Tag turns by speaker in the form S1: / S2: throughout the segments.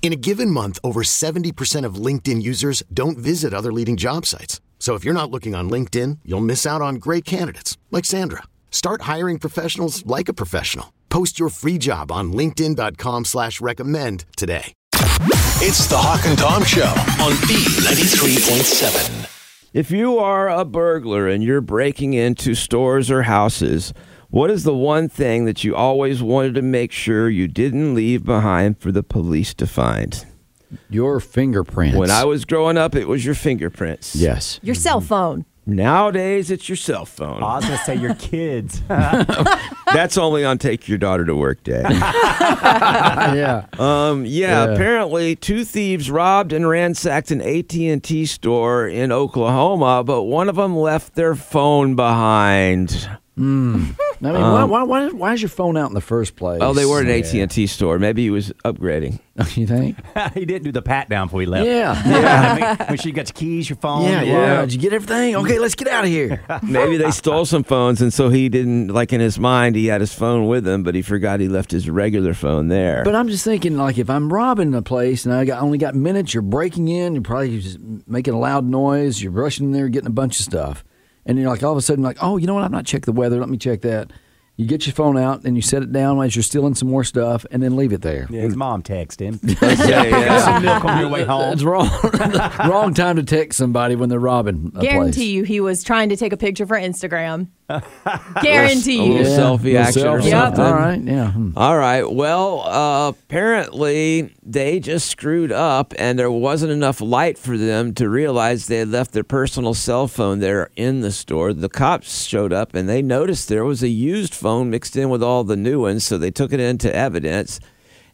S1: In a given month, over 70% of LinkedIn users don't visit other leading job sites. So if you're not looking on LinkedIn, you'll miss out on great candidates like Sandra. Start hiring professionals like a professional. Post your free job on LinkedIn.com slash recommend today.
S2: It's the Hawk and Tom Show on B93.7.
S3: If you are a burglar and you're breaking into stores or houses, what is the one thing that you always wanted to make sure you didn't leave behind for the police to find?
S4: Your fingerprints.
S3: When I was growing up, it was your fingerprints.
S4: yes,
S5: Your cell phone.
S3: Nowadays, it's your cell phone.
S6: I was gonna say your kids.
S3: That's only on Take Your Daughter to Work Day.
S4: yeah,
S3: Um, yeah, apparently two thieves robbed and ransacked an AT&T store in Oklahoma, but one of them left their phone behind.
S4: I mean, why, why, why, why is your phone out in the first place?
S3: Um, Oh, they were at an AT&T store. Maybe he was upgrading.
S4: you think?
S6: he didn't do the pat down before he left.
S4: Yeah,
S6: Yeah. Make, make sure you got your keys, your
S3: Oh,
S6: phone.
S4: yeah,
S6: your
S4: yeah.
S6: wallet.
S4: Did you get everything? Okay, let's get out of here.
S3: Maybe they stole some phones, and so he didn't like in his mind he had his phone with him, but he forgot he left his regular phone there.
S4: but I'm just thinking, like, if I'm robbing a place and I got, only got minutes, you're breaking in, you're probably just making a loud noise, you're rushing in there, getting a bunch of stuff, and you're like, all of a sudden, like, oh, you know what? I'm not check the weather. Let me check that. You get your phone out and you set it down as you're stealing some more stuff, and then leave it there.
S6: Yeah, his mom texted him.
S3: Yeah, yeah.
S6: Got some milk on your way home.
S4: It's wrong. wrong time to text somebody when they're robbing. A
S5: Guarantee
S4: place.
S5: you he was trying to take a picture for Instagram. Guarantee
S3: A
S5: you.
S3: little selfie action or
S4: selfie.
S3: something.
S4: All right, yeah. Hmm.
S3: All right. Well, uh, apparently they just screwed up, and there wasn't enough light for them to realize they had left their personal cell phone there in the store. The cops showed up, and they noticed there was a used phone mixed in with all the new ones, so they took it into evidence.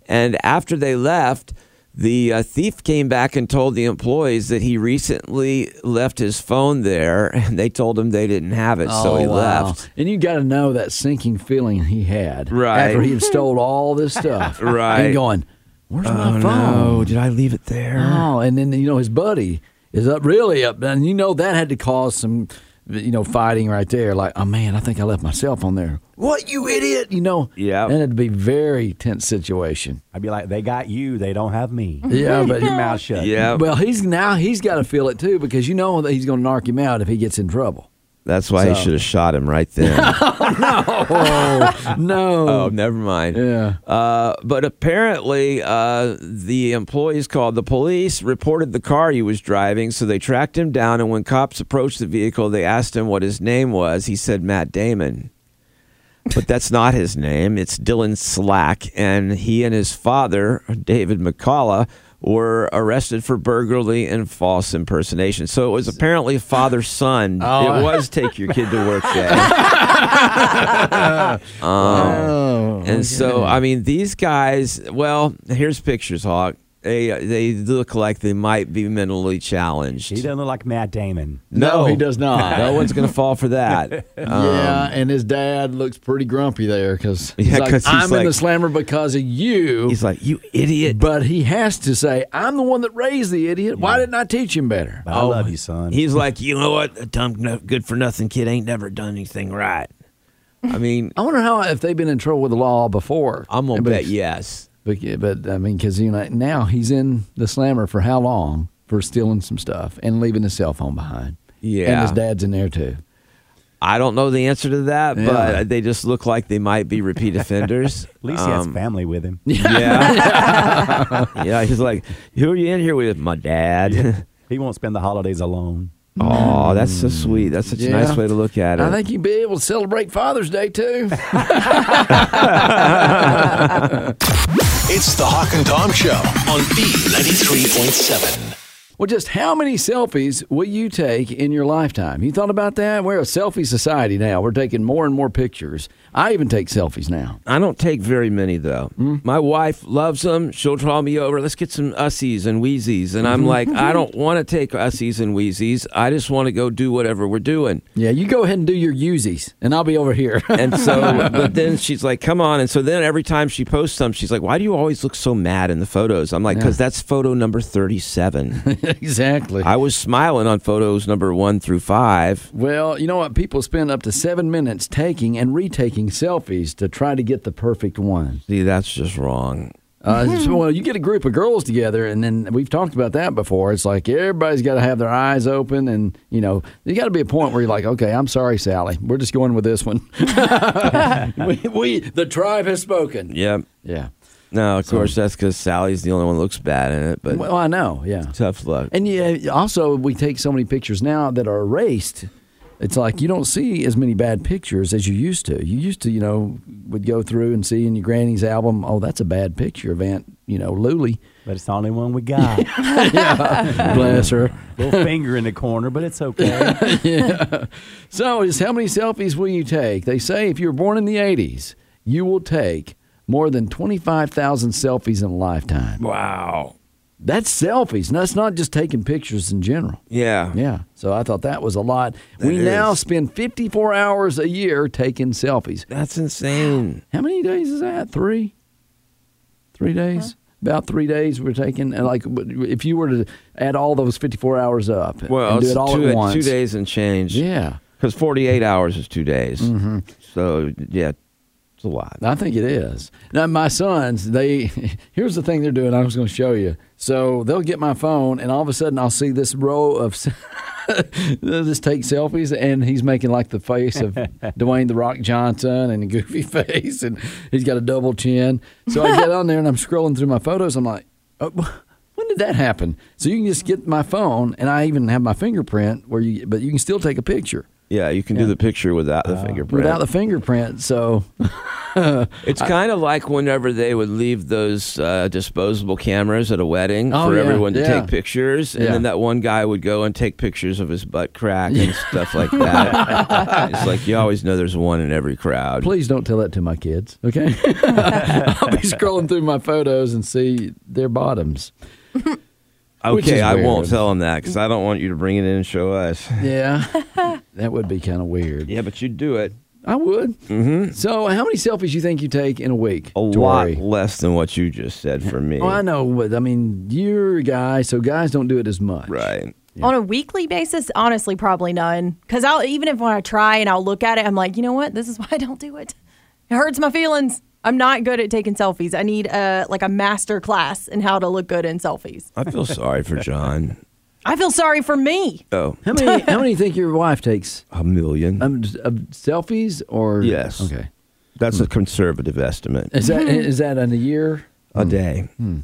S3: And after they left, the uh, thief came back and told the employees that he recently left his phone there, and they told him they didn't have it, so he
S4: Oh, wow.
S3: left.
S4: And you got to know that sinking feeling he had
S3: Right.
S4: after he had stole all this stuff.
S3: Right.
S4: And going, where's my phone?
S3: Oh, did I leave it there?
S4: Oh, and then, you know, his buddy is up really up. And you know that had to cause some, you know, fighting right there. Like, oh, man, I think I left my cell phone there. What, you idiot? You know,
S3: Yeah.
S4: And it'd be very tense situation.
S6: I'd be like, they got you. They don't have me.
S4: Yeah, but
S6: Keep your mouth shut.
S3: Yeah.
S4: Well, he's now he's got to feel it too because you know that he's going to narc him out if he gets in trouble.
S3: That's why he should have shot him right then.
S4: Oh no!
S3: oh, never mind.
S4: Yeah.
S3: Uh, but apparently, uh, the employees called the police, reported the car he was driving, so they tracked him down. And when cops approached the vehicle, they asked him what his name was. He said Matt Damon. But that's not his name. It's Dylan Slack. And he and his father, David McCullough, were arrested for burglary and false impersonation. So it was apparently father son. It was take your kid to work day. Um, And so, I mean, these guys. Well, here's pictures, Hawk. They they look like they might be mentally challenged.
S6: He doesn't look like Matt Damon.
S4: No, he does not.
S3: no one's gonna fall for that.
S4: yeah, and his dad looks pretty grumpy there because
S3: Um, Yeah, 'cause he's
S4: I'm in the
S3: like-
S4: slammer because of you.
S3: He's like, you idiot.
S4: but he has to say, I'm the one that raised the idiot. Why didn't I teach him better? Oh,
S6: But I love you, son.
S3: He's like, you know what? A dumb, no, good for nothing kid ain't never done anything right. I mean,
S4: I wonder how if they've been in trouble with the law before.
S3: I'm gonna
S4: But-
S3: bet yes.
S4: But, yeah, but I mean, because you know now he's in the slammer for how long for stealing some stuff and leaving his cell phone behind. and
S3: Yeah.
S4: his dad's in there too.
S3: I don't know the answer to that,
S4: Yeah.
S3: but they just look like they might be repeat offenders.
S6: At least he has family with him.
S3: um, yeah, yeah. He's like, who are you in here with? My dad.
S6: He won't spend the holidays alone.
S3: Oh, that's
S6: Mm.
S3: so sweet. That's such a nice
S4: Yeah.
S3: way to look at it.
S4: I think you'd be able to celebrate Father's Day too.
S2: It's the Hawk and Tom Show on B93.7.
S4: well, just how many selfies will you take in your lifetime? You thought about that? We're a selfie society now. We're taking more and more pictures. I even take selfies now.
S3: I don't take very many though.
S4: Hmm?
S3: My wife loves them. She'll call me over. Let's get some ussies and wheezies. And I'm like, I don't want to take ussies and wheezies. I just want to go do whatever we're doing.
S4: Yeah, you go ahead and do your Uzis, and I'll be over here.
S3: And so, but then she's like, come on. And so then every time she posts some, she's like, why do you always look so mad in the photos? I'm like, because that's photo number 37.
S4: exactly.
S3: I was smiling on photos number one through five.
S4: Well, you know what? People spend up to seven minutes taking and retaking selfies to try to get the perfect one.
S3: See, that's just wrong.
S4: Uh, so, well, you get a group of girls together, and then we've talked about that before. It's like everybody's got to have their eyes open, and you know, you got to be a point where you're like, okay, I'm sorry, Sally, we're just going with this one. we, we, the tribe has spoken.
S3: Yeah.
S4: Yeah.
S3: No, of course, that's because Sally's the only one that looks bad in it, but
S4: Well, I know. Yeah.
S3: tough luck.
S4: And yeah, also we take so many pictures now that are erased. It's like you don't see as many bad pictures as you used to. You used to, you know, would go through and see in your granny's album, oh, that's a bad picture of Aunt, you know, Lulie.
S6: But it's the only one we got.
S4: Bless her.
S6: Little finger in the corner, but it's okay.
S4: So, is how many selfies will you take? They say if you were born in the 80s, you will take more than 25,000 selfies in a lifetime.
S3: Wow.
S4: That's selfies. And that's not just taking pictures in general.
S3: Yeah.
S4: Yeah. So I thought that was a lot. we
S3: is.
S4: now spend 54 hours a year taking selfies.
S3: That's insane.
S4: How many days is that? Three? Three days? About three days we're taking. And like, w- if you were to add all those 54 hours up
S3: Well,
S4: and do
S3: it's
S4: it all
S3: two,
S4: at once.
S3: two days and change.
S4: Yeah. Mm-hmm.
S3: Because 48 hours is two days. So, yeah, it's a lot.
S4: I think it is. Now my sons, they here's the thing they're doing. I was going to show you. So they'll get my phone, and all of a sudden I'll see this row of s- they'll just take selfies, and he's making like the face of Dwayne the Rock Johnson and a goofy face, and he's got a double chin. So I get on there and I'm scrolling through my photos. I'm like, oh, when did that happen? So you can just get my phone, and I even have my fingerprint where you, but you can still take a picture
S3: Yeah, you can do the picture without the fingerprint.
S4: Uh, without the fingerprint. So
S3: it's kind of like whenever they would leave those uh, disposable cameras at a wedding
S4: Oh,
S3: for
S4: yeah,
S3: everyone to
S4: yeah.
S3: take pictures. And
S4: Yeah.
S3: then that one guy would go and take pictures of his butt crack and stuff like that. it's like you always know there's one in every crowd.
S4: Please don't tell that to my kids, okay? I'll be scrolling through my photos and see their bottoms. which
S3: Okay,
S4: is
S3: I
S4: weird.
S3: won't tell him that because I don't want you to bring it in and show us.
S4: Yeah. that would be kind of weird.
S3: Yeah, but you do it.
S4: I would. Mm-hmm. So, how many selfies you think you take in a week?
S3: a
S4: Tori?
S3: lot less than what you just said for me.
S4: Well, Oh, I know, but I mean, you're a guy, so guys don't do it as much.
S3: Right.
S5: On a weekly basis, honestly, probably none. Because I'll even if when I try and I'll look at it, I'm like, you know what? This is why I don't do it. It hurts my feelings. I'm not good at taking selfies. I need a like a master class in how to look good in selfies.
S3: I feel sorry for John.
S5: I feel sorry for me.
S3: Oh,
S4: How many? how many you think your wife takes
S3: a million.
S4: um, s- of selfies or?
S3: Yes.
S4: Okay.
S3: That's
S4: hmm.
S3: a conservative estimate.
S4: Is that is that in a year?
S3: A day.
S4: hmm.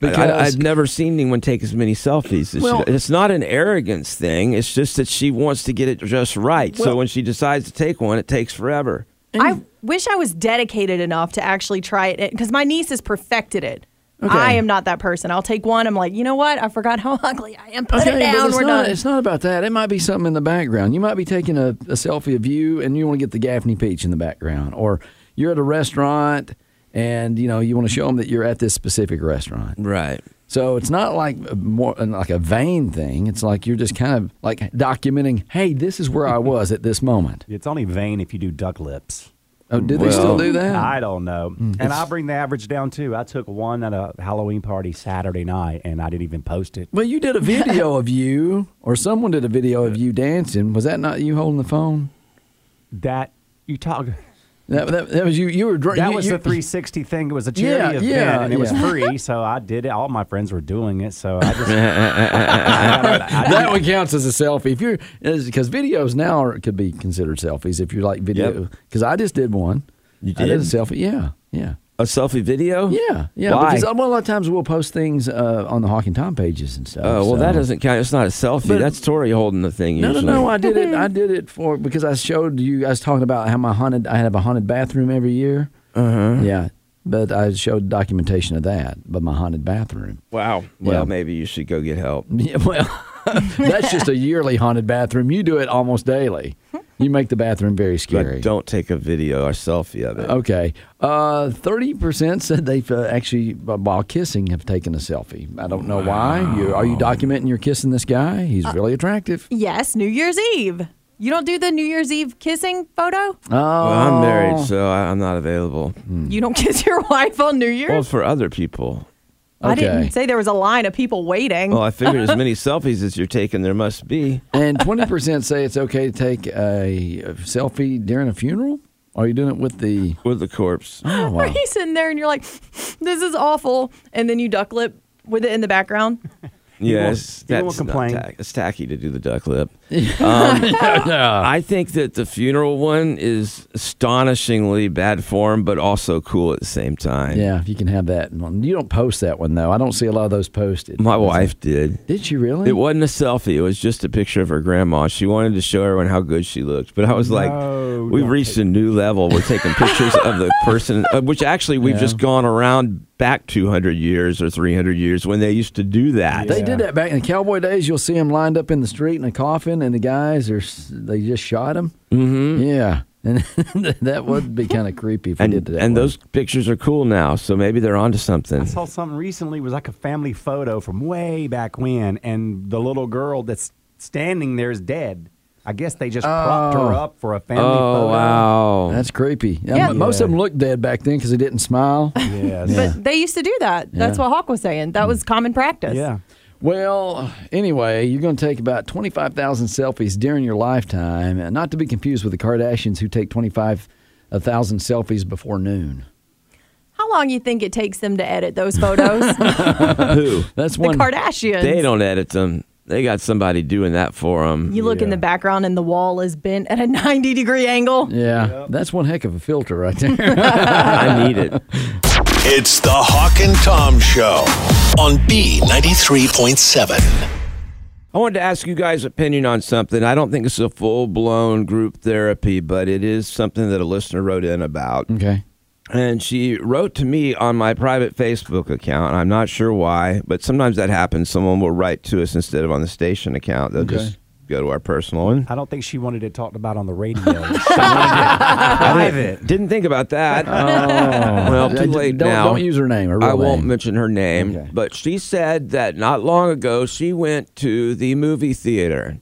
S4: Because
S3: I, have never seen anyone take as many selfies. as
S4: Well-
S3: she- it's not an arrogance thing. It's just that she wants to get it just right. so
S4: Well-
S3: when she decides to take one, it takes forever.
S5: I wish I was dedicated enough to actually try it because my niece has perfected it.
S4: Okay.
S5: I am not that person. I'll take one. I'm like, you know what? I forgot how ugly I am. Put
S4: Okay,
S5: it
S4: but
S5: down.
S4: it's
S5: We're
S4: not,
S5: done.
S4: It's not about that. It might be something in the background. You might be taking a, a selfie of you, and you want to get the Gaffney peach in the background, or you're at a restaurant, and you know you want to show them that you're at this specific restaurant.
S3: Right.
S4: So it's not like a more uh, like a vain thing. It's like you're just kind of like documenting. Hey, this is where I was at this moment.
S6: it's only vain if you do duck lips.
S4: Oh, do they still
S3: Well,
S4: do that?
S6: I don't know.
S4: Hmm.
S6: And I bring the average down too. I took one at a Halloween party Saturday night and I didn't even post it.
S4: well, you did a video of you, or someone did a video of you dancing. Was that not you holding the phone?
S6: That you talk
S4: That, that, that was you. You were dr-
S6: that
S4: you-
S6: was
S4: you-
S6: the 360 thing. It was a
S4: Yeah,
S6: charity event
S4: yeah,
S6: and it was
S4: yeah.
S6: free, so I did it. All my friends were doing it, so I just
S4: that one counts as a selfie. If you're because videos now are, could be considered selfies if you like video.
S3: Yep.
S4: Because I just did one.
S3: You
S4: I did a
S3: did?
S4: selfie. Yeah, yeah.
S3: a selfie video?
S4: Yeah, yeah.
S3: Why?
S4: Because uh, well, a lot of times we'll post things uh, on the Hawk and Tom pages and stuff.
S3: Oh, well,
S4: so-
S3: that doesn't count. It's not a selfie.
S4: But-
S3: That's Tori holding the thing.
S4: No, no,
S3: usually.
S4: no. I did it. I did it for because I showed you. I was talking about how my haunted. I have a haunted bathroom every year.
S3: Uh-huh.
S4: Uh huh. Yeah, but I showed documentation of that, but my haunted bathroom.
S3: Wow. Well,
S4: Yeah.
S3: maybe you should go get help.
S4: Yeah, well, that's just a yearly haunted bathroom. You do it almost daily. You make the bathroom very scary.
S3: But don't take a video or selfie of it.
S4: Okay, Uh, thirty percent said they've uh, actually uh, while kissing have taken a selfie. I don't know why. You, are you documenting you're kissing this guy? He's really attractive.
S5: Yes, New Year's Eve. You don't do the New Year's Eve kissing photo?
S4: Oh,
S3: Well, I'm married, so I, I'm not available.
S4: Mm.
S5: You don't kiss your wife on New Year's?
S3: Well, for other people.
S5: I
S4: okay. Oh,
S5: didn't say there was a line of people waiting.
S3: Well, I figured as many selfies as you're taking, there must be.
S4: And twenty percent say it's okay to take a selfie during a funeral. Are you doing it with the?
S3: With the corpse.
S4: Oh,
S5: Are
S4: wow.
S5: you sitting there and you're like, this is awful? And then you duck lip with it in the background?
S3: Yes,
S6: he won't
S3: that's not
S6: complain.
S3: tack- it's tacky to do the duck lip. Um, I think that the funeral one is astonishingly bad form, but also cool at the same time.
S4: Yeah, if you can have that. one. You don't post that one though. I don't see a lot of those posted.
S3: My wife did.
S4: Did she really?
S3: It wasn't a selfie. It was just a picture of her grandma. She wanted to show everyone how good she looked. But I was
S6: No,
S3: like, we've reached a new level. We're taking pictures of the person, uh, which actually we've just gone around back 200 years or 300 years when they used to do that.
S4: They did that back in the cowboy days. You'll see them lined up in the street in a coffin, and the guys are s- they just shot them. Mm-hmm. Yeah, and that would be kind of creepy if we did
S3: and
S4: that.
S3: and
S4: way.
S3: those pictures are cool now. So maybe they're onto something.
S6: I saw something recently it was like a family photo from way back when, and the little girl that's standing there is dead. I guess they just propped her up for a family photo.
S3: Oh, wow.
S4: that's creepy. Yeah,
S5: Yeah.
S4: m- Most of them looked dead back then because they didn't smile.
S6: Yes.
S5: But they used to do that. That's
S4: Yeah. Mm.
S5: what Hawk was saying. That was common practice.
S6: yeah.
S4: Well, anyway, you're going to take about 25,000 selfies during your lifetime, and not to be confused with the Kardashians who take 25,000 selfies before noon.
S5: How long you think it takes them to edit those photos? the
S3: Who?
S4: That's one.
S5: Kardashians.
S3: They don't edit them. They got somebody doing that for them.
S5: You look in the background and the wall is bent at a 90 degree angle.
S4: yeah, that's one heck of a filter right there.
S3: I need it.
S2: It's the Hawk and Tom Show on B93.7.
S3: I wanted to ask you guys' opinion on something. I don't think it's a full blown group therapy, but it is something that a listener wrote in about.
S4: okay.
S3: And she wrote to me on my private Facebook account. I'm not sure why, but sometimes that happens. Someone will write to us instead of on the station account. They'll just go to our personal one.
S6: I don't think she wanted it talked about on the radio. She wanted it private.
S3: Didn't think about that. well,
S4: Uh,
S3: too late
S4: don't,
S3: now.
S4: Don't use her name. Her real
S3: I won't
S4: name.
S3: mention her name,
S4: Okay.
S3: but she said that not long ago she went to the movie theater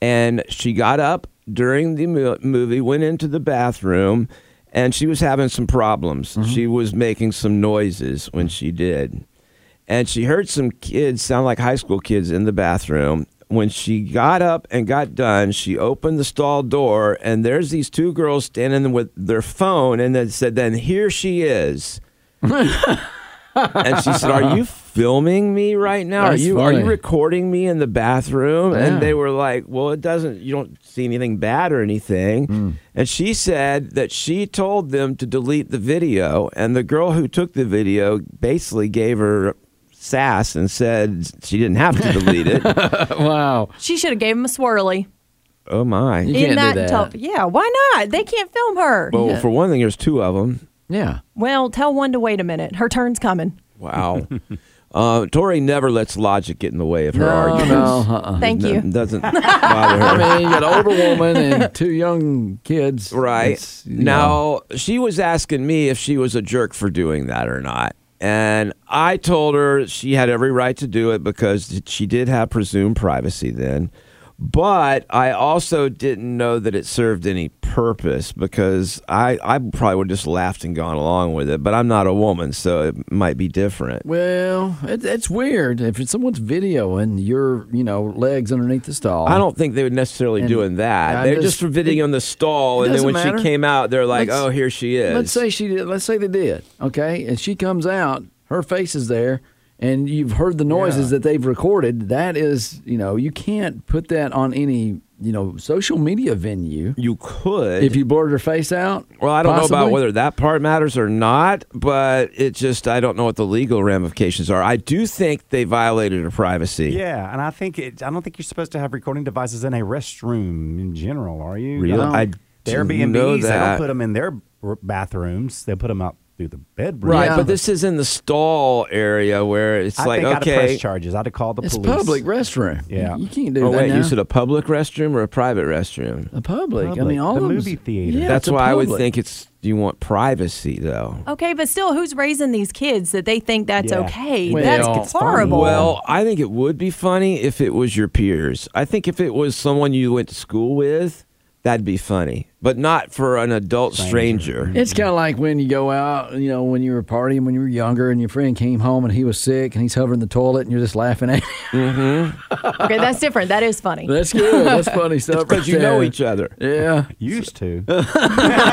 S3: and she got up during the mo- movie, went into the bathroom, and she was having some problems.
S4: Mm-hmm.
S3: She was making some noises when she did. And she heard some kids sound like high school kids in the bathroom. When she got up and got done, she opened the stall door, and there's these two girls standing with their phone, and then said, Then here she is and she said, "Are you filming me right now?
S4: That's
S3: are you are
S4: funny.
S3: you recording me in the bathroom?"
S4: Yeah.
S3: And they were like, "Well, it doesn't. You don't see anything bad or anything."
S4: Hmm.
S3: And she said that she told them to delete the video, and the girl who took the video basically gave her sass and said she didn't have to delete it.
S4: Wow.
S5: She should have gave him a swirly.
S3: oh my!
S4: You
S5: in
S4: can't
S5: that,
S4: do that.
S5: tub. Yeah, why not? They can't film her.
S3: Well, for one thing, there's two of them.
S4: Yeah.
S5: Well, tell one to wait a minute. Her turn's coming.
S3: Wow. Uh, Tori never lets logic get in the way of her
S4: No,
S3: arguments.
S4: no, uh-uh.
S5: Thank
S3: No,
S5: you.
S3: Doesn't bother her.
S4: I mean, you got an older woman and two young kids.
S3: Right.
S4: It's, you know,
S3: Now, she was asking me if she was a jerk for doing that or not. And I told her she had every right to do it because she did have presumed privacy then. But I also didn't know that it served any purpose because I, I probably would have just laughed and gone along with it. But I'm not a woman, so it might be different.
S4: Well, it, it's weird if it's someone's videoing your, you know, legs underneath the stall.
S3: I don't think they were necessarily
S4: And
S3: doing
S4: I
S3: that. They're
S4: just-
S3: just, videoing the stall, Oh,
S4: it
S3: and then
S4: doesn't
S3: when
S4: matter.
S3: she came out, they're like,
S4: Let's-
S3: "Oh, here she is."
S4: Let's say she did. Let's say they did. Okay, and she comes out. Her face is there, and you've heard the noises that they've recorded. That is, you know, you can't put that on any you know, social media venue.
S3: You could.
S4: If you blurred her face out,
S3: well, I don't know about
S4: possibly?
S3: whether that part matters or not, but it just, I don't know what the legal ramifications are. I do think they violated her privacy.
S6: Yeah, and I think it. I don't think you're supposed to have recording devices in a restroom in general, are you?
S3: Really?
S6: I
S3: I
S6: don't-
S3: do
S6: Their B&Bs,
S3: know
S6: they
S3: that.
S6: don't put them in their r- bathrooms. They put them out through the bedroom.
S3: Right,
S4: Yeah.
S3: but this is in the stall area where it's
S6: I
S3: like,
S6: think I'd have
S3: okay.
S6: pressed charges. I'd have called the
S4: it's
S6: police.
S4: public restroom.
S6: Yeah.
S4: you can't do
S3: Oh,
S4: that.
S3: wait,
S4: now.
S3: you said a public restroom or a private restroom?
S4: a public. I
S6: Public.
S4: mean, all
S6: The
S4: of them-
S6: movie theater.
S4: Yeah,
S3: That's
S4: it's a
S3: why I would
S4: public.
S3: think it's, you want privacy, though.
S5: Okay, but still, who's raising these kids that they think that's
S6: Yeah.
S5: okay?
S4: Well,
S5: that's
S4: it's
S5: horrible.
S3: Well, I think it would be funny if it was your peers. I think if it was someone you went to school with, that'd be funny, but not for an adult stranger.
S4: It's kind of like when you go out, you know, when you were partying when you were younger, and your friend came home and he was sick and he's hovering the toilet, and you're just laughing at him.
S5: okay, that's different. That is funny.
S4: That's good. That's funny stuff.
S3: Because
S4: right
S3: you know
S4: there.
S3: each other.
S4: Yeah,
S6: Used to. used to do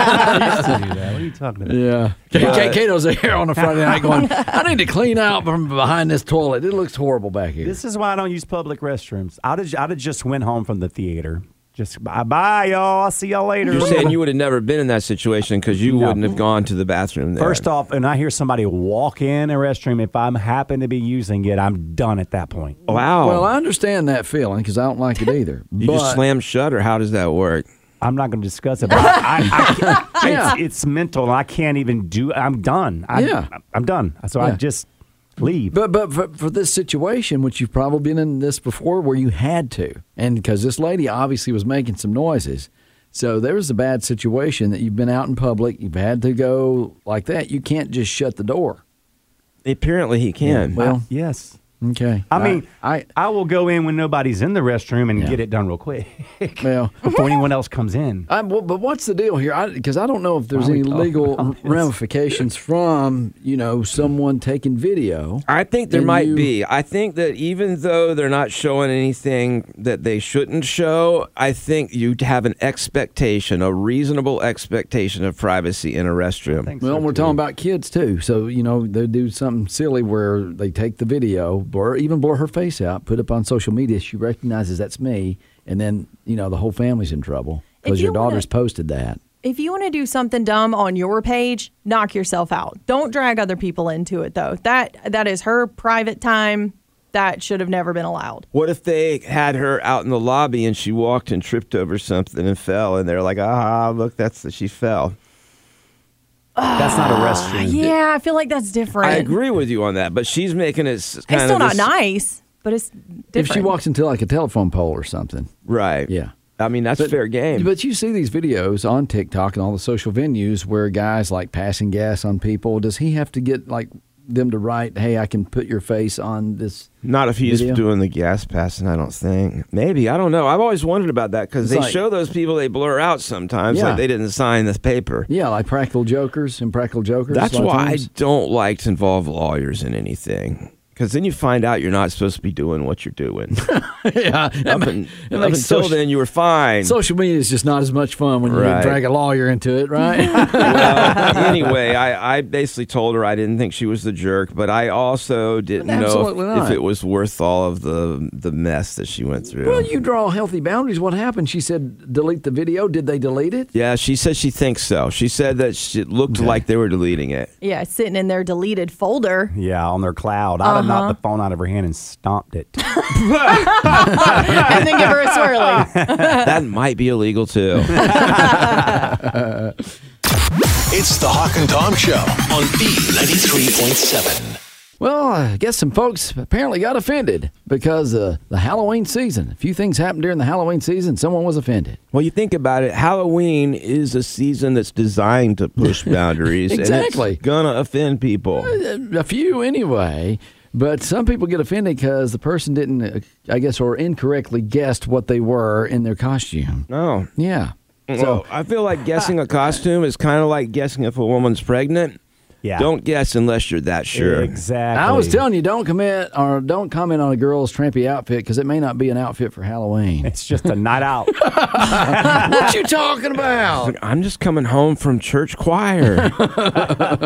S6: that. What are you talking about?
S4: yeah. K- Kato's there on a Friday night going, I need to clean out from behind this toilet. It looks horrible back here.
S6: This is why I don't use public restrooms. I'd have, I'd have just went home from the theater. Just bye bye, y'all. I'll see y'all later.
S3: You're saying you would have never been in that situation because you
S6: No.
S3: wouldn't have gone to the bathroom there.
S6: First off, and I hear somebody walk in a restroom. If I'm happen to be using it, I'm done at that point.
S3: wow.
S4: well, I understand that feeling because I don't like it either.
S3: you
S4: but
S3: just slam shut, or how does that work?
S6: I'm not going to discuss it. But I, I, can't-
S4: Yeah.
S6: it's, it's mental. I can't even do. I'm done. I,
S4: Yeah.
S6: I'm done. So I
S4: Yeah.
S6: just leave.
S4: But but for, for this situation, which you've probably been in this before, where you had to, and because this lady obviously was making some noises, so there was a bad situation that you've been out in public, you've had to go like that. You can't just shut the door.
S3: Apparently, he can.
S4: Well,
S6: yes.
S4: okay.
S6: I mean,
S4: I,
S6: I, will go in when nobody's in the restroom and get it done real quick
S4: well.
S6: before anyone else comes in.
S4: I, well, but what's the deal here? Because I, don't know if there's
S6: Why are we
S4: any
S6: talking
S4: legal
S6: about this?
S4: ramifications from you know someone taking video.
S3: I think there
S4: And
S3: might
S4: you-
S3: be. I think that even though they're not showing anything that they shouldn't show, I think you'd have an expectation, a reasonable expectation of privacy in a restroom.
S4: Well, we're talking about kids too, so you know they do something silly where they take the video, blur, even blur her face out, put it up on social media. She recognizes that's me, and then you know the whole family's in trouble because
S5: If
S4: your
S5: you wanna-
S4: daughter's posted that.
S5: if you want to do something dumb on your page, knock yourself out. Don't drag other people into it though. That that is her private time. That should have never been allowed.
S3: What if they had her out in the lobby and she walked and tripped over something and fell, and they're like, "Ah, look, that's the, she fell."
S6: That's not a restroom.
S5: Yeah, I feel like that's different.
S3: I agree with you on that, but she's making it s- kind
S5: It's still
S3: of
S5: not
S3: this-
S5: nice, but it's different.
S4: If she walks into like a telephone pole or something,
S3: right.
S4: Yeah.
S3: I mean that's fair game.
S4: But you see these videos on TikTok and all the social venues where guys like passing gas on people. Does he have to get like them to write, "Hey, I can put your face on this"?
S3: Not if he's
S4: Video?
S3: doing the gas passing, I don't think. Maybe I don't know. I've always wondered about that because
S4: It's
S3: they
S4: like-
S3: show those people they blur out sometimes,
S4: Yeah.
S3: like they didn't sign this paper.
S4: Yeah, like practical jokers and practical jokers.
S3: That's
S4: a lot of
S3: why I
S4: times.
S3: don't like to involve lawyers in anything because then you find out you're not supposed to be doing what you're doing.
S4: yeah,
S3: up and,
S4: It
S3: up until
S4: makes social-
S3: then, you were fine.
S4: Social media is just not as much fun when you
S3: Right.
S4: drag a lawyer into it, right?
S3: well, anyway, I, I basically told her I didn't think she was the jerk, but I also didn't
S4: Absolutely
S3: know if,
S4: not.
S3: if it was worth all of the the mess that she went through.
S4: well, you draw healthy boundaries. What happened? She said, delete the video. Did they delete it?
S3: yeah, she said she thinks so. She said that she, it looked like they were deleting it.
S5: yeah, sitting in their deleted folder.
S6: Yeah, on their cloud. I'd have
S4: Uh-huh.
S6: knocked the phone out of her hand and stomped it.
S5: and then give her a swirly.
S4: Uh-uh.
S3: that might be illegal too.
S2: It's the Hawk and Tom Show on B93.7.
S4: Well, I guess some folks apparently got offended because of the Halloween season. A few things happened during the Halloween season. Someone was offended.
S3: Well, you think about it, Halloween is a season that's designed to push boundaries. And
S4: Exactly. Uh,
S3: it's gonna offend people.
S4: A few anyway. But some people get offended because the person didn't, uh, I guess, or incorrectly guessed what they were in their costume.
S3: No.
S4: Yeah.
S3: So I feel
S4: uh,
S3: like guessing a costume is kind of like guessing if a woman's pregnant.
S6: Yeah.
S3: Don't guess unless you're that sure.
S6: Exactly.
S4: I was telling you, don't commit or don't comment on a girl's trampy outfit because it may not be an outfit for Halloween.
S6: It's just a night out.
S4: what you talking about?
S3: I'm just coming home from church choir.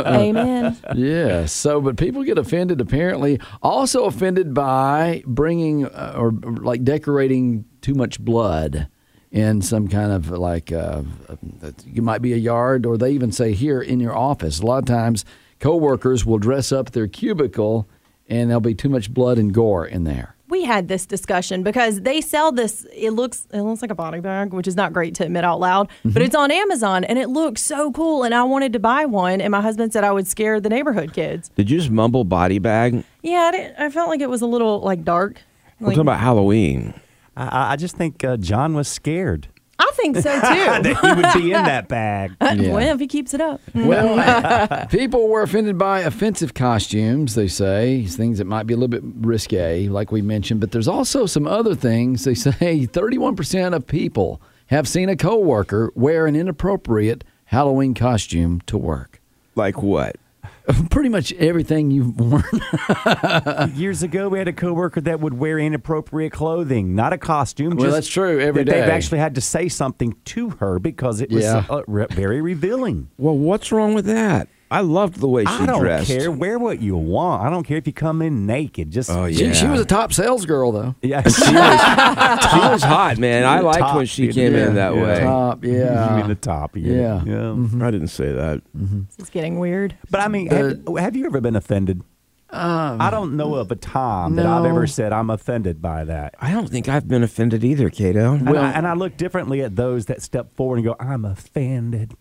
S5: Amen.
S4: yeah. So, but people get offended. Apparently, also offended by bringing uh, or like decorating too much blood. in some kind of like uh, you might be a yard, or they even say here in your office. A lot of times, coworkers will dress up their cubicle, and there'll be too much blood and gore in there.
S5: we had this discussion because they sell this it looks it looks like a body bag which is not great to admit out loud but it's on amazon and it looks so cool and i wanted to buy one and my husband said i would scare the neighborhood kids
S3: Did you just mumble body bag?
S5: yeah i, didn't, I felt like it was a little like dark
S3: We're talking
S5: Like-
S3: about Halloween.
S6: I- I, I just think uh, John was scared
S5: i think so too
S6: that he would be in that bag.
S4: Yeah.
S5: well if he keeps it up
S6: Mm-hmm.
S4: Well, people were offended by offensive costumes, they say, things that might be a little bit risque, like we mentioned, but there's also some other things. They say 31% of people have seen a coworker wear an inappropriate Halloween costume to work.
S3: Like what?
S4: Pretty much everything you've worn.
S6: Years ago, we had a coworker that would wear inappropriate clothing, not a costume.
S4: Well,
S6: just
S4: that's true, every
S6: that They've
S4: day.
S6: actually had to say something to her because it was
S4: Yeah.
S6: uh, re- very revealing.
S3: Well, what's wrong with that? I loved the way she
S6: I don't
S3: dressed.
S6: care. Wear what you want. I don't care if you come in naked. Just
S3: Oh, yeah.
S4: She, she was a top sales girl, though.
S6: yeah.
S3: She was hot, man. I liked
S6: Top,
S3: when she
S6: dude.
S3: came
S6: Yeah,
S3: in that
S6: yeah. Mm-hmm.
S3: way.
S4: Top,
S6: you mean
S4: yeah.
S6: the top?
S4: Yeah.
S3: I didn't say that.
S5: this is getting weird
S6: But I mean, have, have you ever been offended? I don't know of a time that I've
S4: no.
S6: ever said I'm offended by that.
S3: I don't think I've been offended either, Cato.
S6: And, I, and I look differently at those that step forward and go, "I'm offended.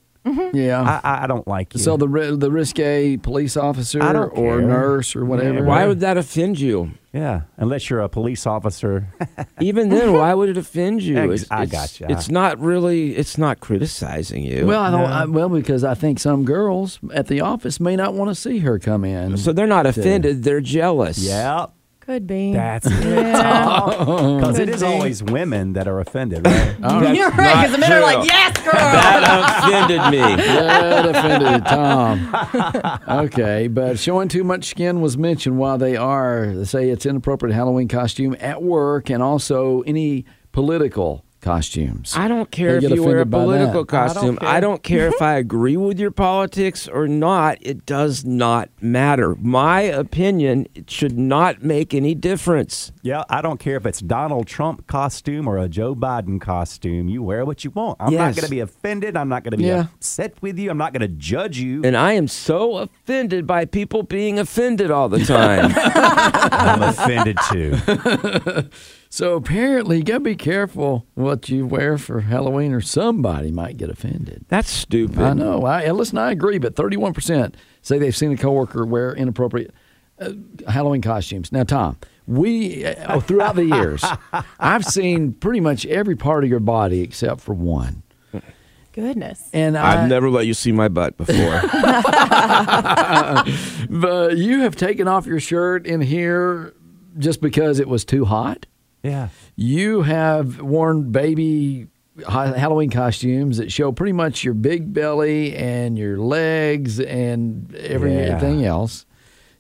S4: Yeah.
S6: I, I I don't like you."
S4: so the ri- the risque police officer
S6: I don't
S4: or
S6: care.
S4: nurse or whatever.
S3: Why would that offend you?
S6: yeah, unless you're a police officer,
S3: Even then, why would it offend you?
S6: Ex- I
S3: it's,
S6: gotcha.
S3: It's not really. It's not criticizing you.
S4: Well, I don't. I, well, because I think some girls at the office may not want to see her come in.
S3: so they're not offended. They're jealous.
S6: yeah,
S5: could be
S6: that's it.
S5: yeah.
S6: Because it is always women that are offended, right?
S5: Oh, You're right, because the men are like, yes, girl.
S3: That offended me.
S4: that offended Tom. Okay, but showing too much skin was mentioned while they are they say it's inappropriate Halloween costume at work and also any political costumes.
S3: I don't care
S4: They
S3: if
S4: get
S3: you wear a
S4: offended by that.
S3: political
S6: I don't
S3: costume. I
S6: care.
S3: don't care if I agree with your politics or not. It does not matter. My opinion it should not make any difference.
S6: yeah, I don't care if it's Donald Trump costume or a Joe Biden costume. You wear what you want. I'm
S3: Yes.
S6: not going to be offended. I'm not going to be
S4: Yeah.
S6: upset with you. I'm not going to judge you.
S3: And I am so offended by people being offended all the time.
S6: I'm offended too.
S4: So apparently, you gotta be careful what you wear for Halloween, or somebody might get offended.
S3: That's stupid.
S4: I know. I and listen. I agree, but thirty-one percent say they've seen a coworker wear inappropriate uh, Halloween costumes. Now, Tom, we uh, oh, throughout the years, I've seen pretty much every part of your body except for one,
S5: Goodness.
S4: and I,
S3: I've never let you see my butt before.
S4: But you have taken off your shirt in here just because it was too hot.
S6: Yeah.
S4: You have worn baby ha- Halloween costumes that show pretty much your big belly and your legs and everything else.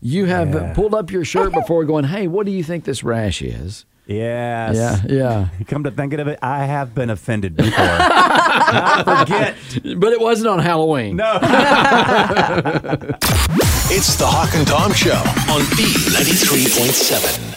S4: You have
S6: Yeah.
S4: pulled up your shirt before going, hey, what do you think this rash is?
S6: Yes.
S4: Yeah, yeah.
S6: Come to think of it, I have been offended before. I forget.
S4: But it wasn't on Halloween.
S6: No.
S2: It's the Hawk and Tom Show on B93.7.